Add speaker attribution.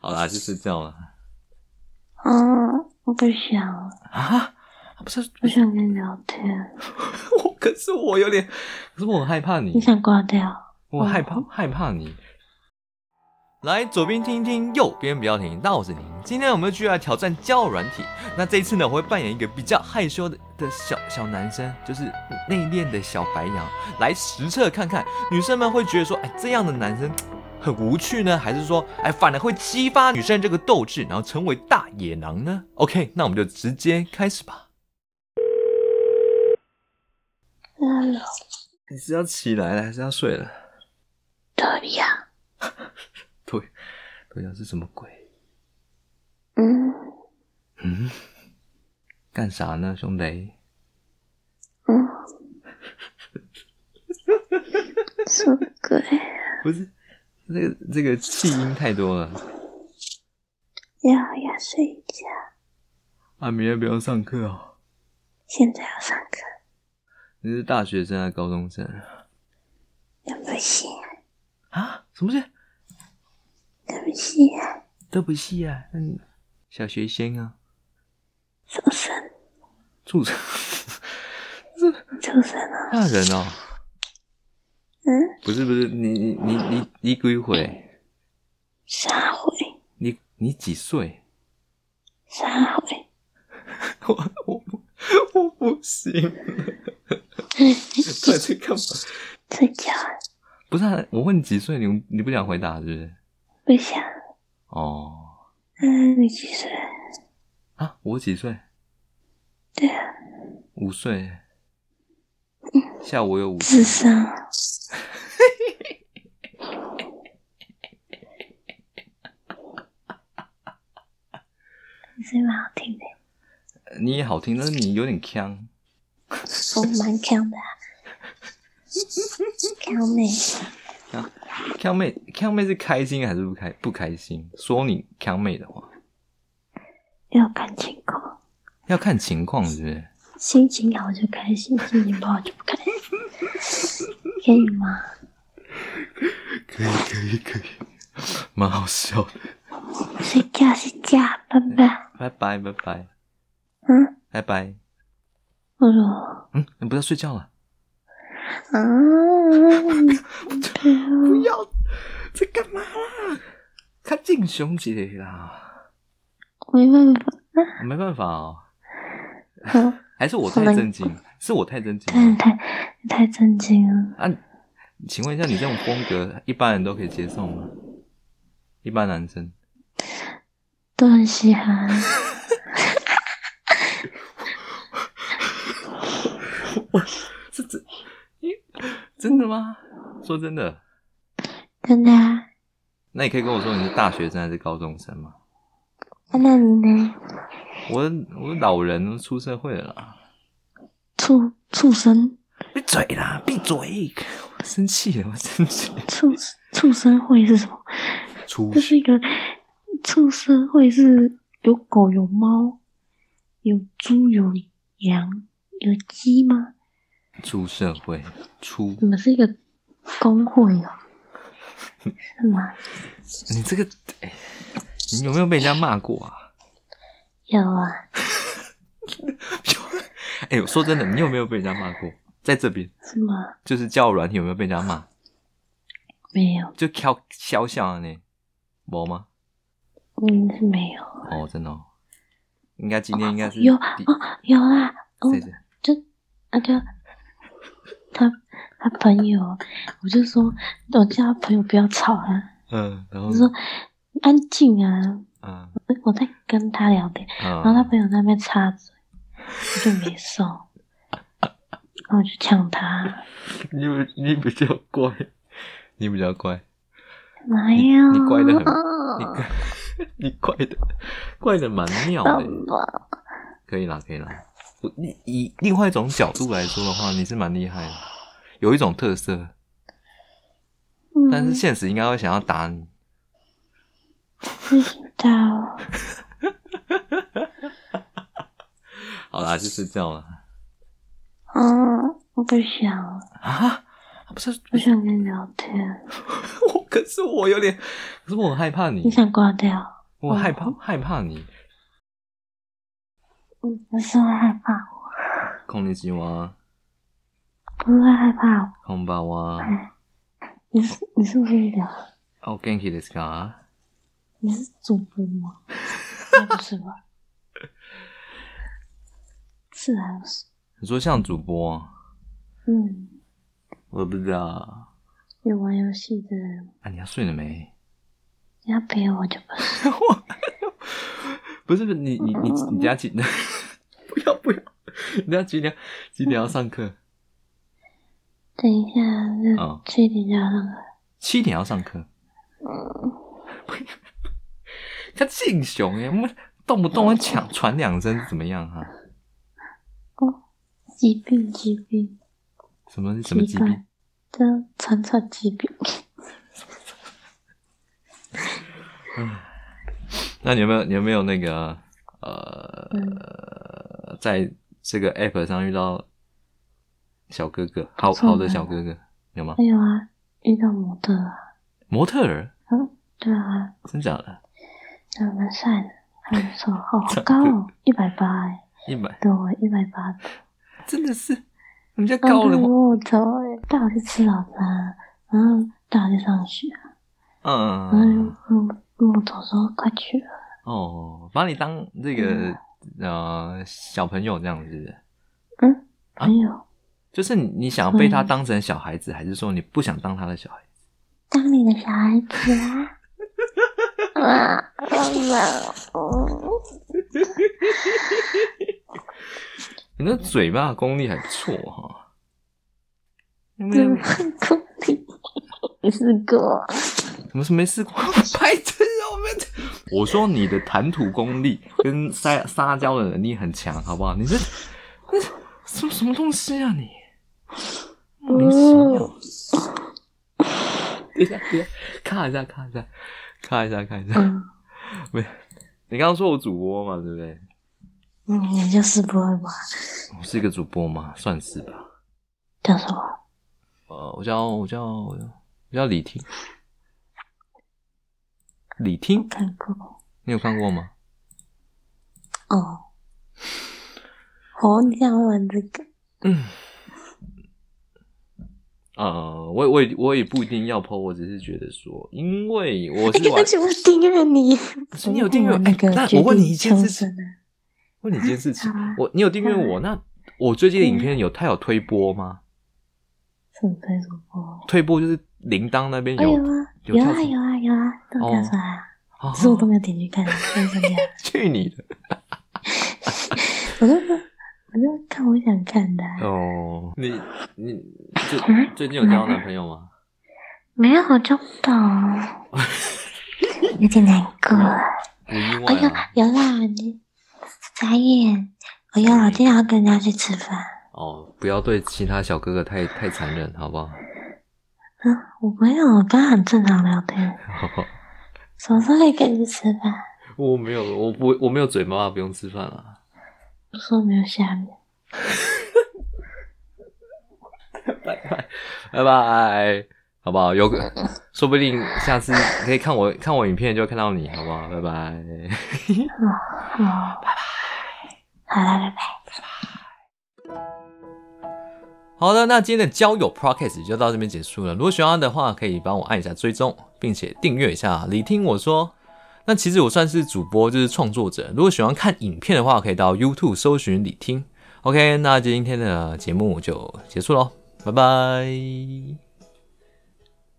Speaker 1: 好啦，就睡觉了
Speaker 2: 嗯，我不想，
Speaker 1: 啊！不是，
Speaker 2: 不想跟你聊天，
Speaker 1: 我可是我有点，可是我很害怕你
Speaker 2: 你，想挂掉？
Speaker 1: 我害怕害怕你。来，左边听一听，右边不要停。那我是宁，今天我们继续来挑战交友软体。那这一次呢，我会扮演一个比较害羞的的小小男生，就是内敛的小白羊，来实测看看女生们会觉得说，哎，这样的男生很无趣呢，还是说，哎，反而会激发女生这个斗志，然后成为大野狼呢？OK，那我们就直接开始吧。
Speaker 2: 那老
Speaker 1: 你是要起来了，还是要睡了？
Speaker 2: 头呀，
Speaker 1: 对，对啊呀，是什么鬼？
Speaker 2: 嗯
Speaker 1: 嗯，干啥呢，兄弟？
Speaker 2: 嗯，什么鬼？
Speaker 1: 不是，这个这个气音太多了。
Speaker 2: 要要睡觉，
Speaker 1: 啊，明天不要上课哦。
Speaker 2: 现在要上课，
Speaker 1: 你是大学生还是高中生啊
Speaker 2: 对不起，
Speaker 1: 啊？什么事？
Speaker 2: 对不起，
Speaker 1: 对不起啊，那你小学生啊，
Speaker 2: 畜生，
Speaker 1: 畜生，
Speaker 2: 畜生啊！
Speaker 1: 大人哦。
Speaker 2: 嗯，
Speaker 1: 不是不是，你你你你你几岁？
Speaker 2: 撒回，
Speaker 1: 你你几岁？
Speaker 2: 撒回，
Speaker 1: 我我不我不行了， 到底在干嘛？
Speaker 2: 睡觉，
Speaker 1: 不是、啊，我问你几岁，你你不想回答是不是？
Speaker 2: 不想。
Speaker 1: 哦，
Speaker 2: 嗯，你几岁？
Speaker 1: 啊，我几岁？
Speaker 2: 对啊，
Speaker 1: 五岁。下午我有五岁
Speaker 2: 智。商。你声音蛮好听的，
Speaker 1: 你也好听，但是你有点腔。
Speaker 2: 我蛮强的、啊，强妹，
Speaker 1: 腔妹，腔妹是开心还是不开不开心？说你腔妹的话，
Speaker 2: 要看情况，
Speaker 1: 要看情况，是不是？
Speaker 2: 心情好就开心，心情不好就不开心，可以吗？
Speaker 1: 可以，可以，可以，蛮好笑的。
Speaker 2: 睡觉睡觉，拜拜。
Speaker 1: 拜拜，拜拜，
Speaker 2: 嗯，
Speaker 1: 拜拜。
Speaker 2: 我说，
Speaker 1: 嗯，你不要睡觉了。
Speaker 2: 嗯，
Speaker 1: 不要，在干嘛啦？看敬雄姐啦，
Speaker 2: 没办法，
Speaker 1: 没办法哦。
Speaker 2: 嗯
Speaker 1: 还是我太震惊，是我太震惊
Speaker 2: 真的
Speaker 1: 了
Speaker 2: 太太震惊了。
Speaker 1: 啊！请问一下，你这种风格一般人都可以接受吗？一般男生
Speaker 2: 都很稀罕。
Speaker 1: 是真真的吗？说真的，
Speaker 2: 真的啊？
Speaker 1: 那你可以跟我说你是大学生还是高中生吗？
Speaker 2: 啊那你呢？
Speaker 1: 我我老人出社会了啦，
Speaker 2: 畜畜生，
Speaker 1: 闭嘴啦，闭嘴！我生气了，我生气。
Speaker 2: 畜畜生会是什么？
Speaker 1: 出
Speaker 2: 这是一个畜生会是有狗有猫有猪有羊有鸡吗？
Speaker 1: 出社会，出
Speaker 2: 你们是一个工会哦？是吗？
Speaker 1: 你这个，哎你有没有被人家骂过啊？
Speaker 2: 有啊，
Speaker 1: 哎、我说真的，你有没有被人家骂过？在这边，
Speaker 2: 是吗？
Speaker 1: 就是交友软体有没有被人家骂？
Speaker 2: 没有，
Speaker 1: 就挑肖像啊呢？没吗？
Speaker 2: 嗯，是没有。
Speaker 1: 哦，真的、哦，应该今天应该是
Speaker 2: 有
Speaker 1: 第
Speaker 2: 哦，有啊，哦
Speaker 1: 谁，谁？
Speaker 2: 就啊就他他朋友，我就说我叫他朋友不要吵啊，
Speaker 1: 嗯，然后
Speaker 2: 我说安静啊，
Speaker 1: 嗯
Speaker 2: 我在跟他聊天，然后他
Speaker 1: 嗯，
Speaker 2: 朋友在那边插嘴，我就没送，然后我就呛他，
Speaker 1: 你比你比较乖，你比较乖，
Speaker 2: 哪有？
Speaker 1: 你乖得很你乖你
Speaker 2: 很
Speaker 1: 乖的乖的蛮妙
Speaker 2: 爸
Speaker 1: 的，
Speaker 2: 爸，
Speaker 1: 可以啦可以啦。我你以另外一种角度来说的话，你是蛮厉害的，有一种特色，
Speaker 2: 嗯
Speaker 1: 但是现实应该会想要打你。
Speaker 2: 不知道，
Speaker 1: 好啦，就睡觉了
Speaker 2: 嗯，我不想，
Speaker 1: 啊！不是
Speaker 2: 不想跟你聊天，
Speaker 1: 我可是我有点，可是我很害怕你
Speaker 2: 你。想挂掉？
Speaker 1: 我害怕害怕你。
Speaker 2: 你不嗯是会害怕我，
Speaker 1: こんにちは，
Speaker 2: 不会害怕我。
Speaker 1: こんばんは。
Speaker 2: 哎，你是你是不是聊？
Speaker 1: お元気ですか？
Speaker 2: 你是主播吗？ 那不是吧？是啊还不是？
Speaker 1: 你说像主播？
Speaker 2: 嗯，
Speaker 1: 我不知道。
Speaker 2: 有玩游戏的人，
Speaker 1: 啊，你要睡了没？
Speaker 2: 你要陪我就不是。
Speaker 1: 不是不是，你你你你等下几？ 不要不要，你等下几点？几点要上课？
Speaker 2: 等一下，那
Speaker 1: 哦
Speaker 2: 七点就要上课。
Speaker 1: 七点要上课。嗯 他敬雄哎，我们动不动会抢传两声是怎么样哈、啊
Speaker 2: 疾病，疾病，
Speaker 1: 什么什么疾病？？
Speaker 2: 叫传染疾病。
Speaker 1: 那你有没有你有没有那个呃，在这个 app 上遇到小哥哥，好好的小哥哥有吗
Speaker 2: 还？有啊，遇到模特啊，
Speaker 1: 模特儿，
Speaker 2: 对啊，
Speaker 1: 真假的？
Speaker 2: 还蛮帅的，还不错，哦，好高哦，一百八哎，
Speaker 1: 一百，
Speaker 2: 对，一百八，
Speaker 1: 真的是人家高了
Speaker 2: 然后
Speaker 1: 我，
Speaker 2: 我走哎，带我去吃早餐啊，然后带我去上学
Speaker 1: 嗯
Speaker 2: 啊，然
Speaker 1: 嗯嗯，
Speaker 2: 后又跟我走说快去了，
Speaker 1: 哦，把你当这个呃小朋友这样子，
Speaker 2: 嗯，
Speaker 1: 啊
Speaker 2: 朋友，
Speaker 1: 就是你你想要被他当成小孩子，还是说你不想当他的小孩子？
Speaker 2: 当你的小孩子啊。啊，我
Speaker 1: 你的嘴巴的功力还不错哈。有没有
Speaker 2: 们哭你，你是个
Speaker 1: 什么是没试过？ 白痴啊！我们我说你的谈吐功力跟撒撒娇的能力很强，好不好？你这那什么什么东西啊你？莫名其妙。 等一下，等一下，卡一下，卡一下，卡一下，卡一下。
Speaker 2: 嗯。
Speaker 1: 没，你刚刚说我主播嘛，对不对？
Speaker 2: 嗯，你就是不会玩，
Speaker 1: 我是一个主播嘛，算是吧。
Speaker 2: 叫什么？
Speaker 1: 呃，我叫我叫我叫李听，李听，
Speaker 2: 看过
Speaker 1: 你有看过吗？
Speaker 2: 哦。哦，你想会玩这个？
Speaker 1: 呃，我也我也我也不一定要 PO，我只是觉得说，因为我
Speaker 2: 哎
Speaker 1: 是玩
Speaker 2: 而，且我订阅你，
Speaker 1: 可是你有订阅
Speaker 2: 我
Speaker 1: 哎
Speaker 2: 那个
Speaker 1: 那
Speaker 2: 绝
Speaker 1: 我问
Speaker 2: 地
Speaker 1: 你一件事
Speaker 2: 求
Speaker 1: 情
Speaker 2: 生啊，
Speaker 1: 问你一件事情
Speaker 2: 好啊，
Speaker 1: 我你有订阅我，那我最近的影片有他有推播吗？
Speaker 2: 什么推主播？
Speaker 1: 推播就是铃铛那边
Speaker 2: 哎有
Speaker 1: 有
Speaker 2: 啊，
Speaker 1: 有
Speaker 2: 有
Speaker 1: 跳
Speaker 2: 啊，
Speaker 1: 出
Speaker 2: 有啊，有啊，都
Speaker 1: 哦
Speaker 2: 跳出来啊！
Speaker 1: 啊
Speaker 2: 只是我都没有点进去看，为什么呀？
Speaker 1: 去你的
Speaker 2: 我就我就看我想看的啊，
Speaker 1: 哦！你 你
Speaker 2: 嗯
Speaker 1: 最最近有交男朋友吗？
Speaker 2: 没有，我就不懂，啊有点难过了。
Speaker 1: 不意
Speaker 2: 哎
Speaker 1: 外
Speaker 2: 呦
Speaker 1: 啊！，
Speaker 2: 有啦，你眨眼。哎呦，我今天要跟人家去吃饭。
Speaker 1: 哦，不要对其他小哥哥太太残忍，好不 好？
Speaker 2: 我没有，我刚刚很正常聊天。什么时候可以跟你吃饭？
Speaker 1: 我没有，我不我没有嘴巴，不用吃饭啊了。
Speaker 2: 不说没有下面，
Speaker 1: 拜拜，拜拜，好不好？有个， 说不定下次你可以看我看我影片，就会看到你，好不好？拜拜。
Speaker 2: 好，拜拜，好了，拜拜。
Speaker 1: 好的，那今天的交友 podcast 就到这边结束了。如果喜欢的话，可以帮我按一下追踪，并且订阅一下。你听我说，那其实我算是主播，就是创作者。如果喜欢看影片的话，可以到 YouTube 搜寻李听。OK，那今天的节目就结束喽，拜拜。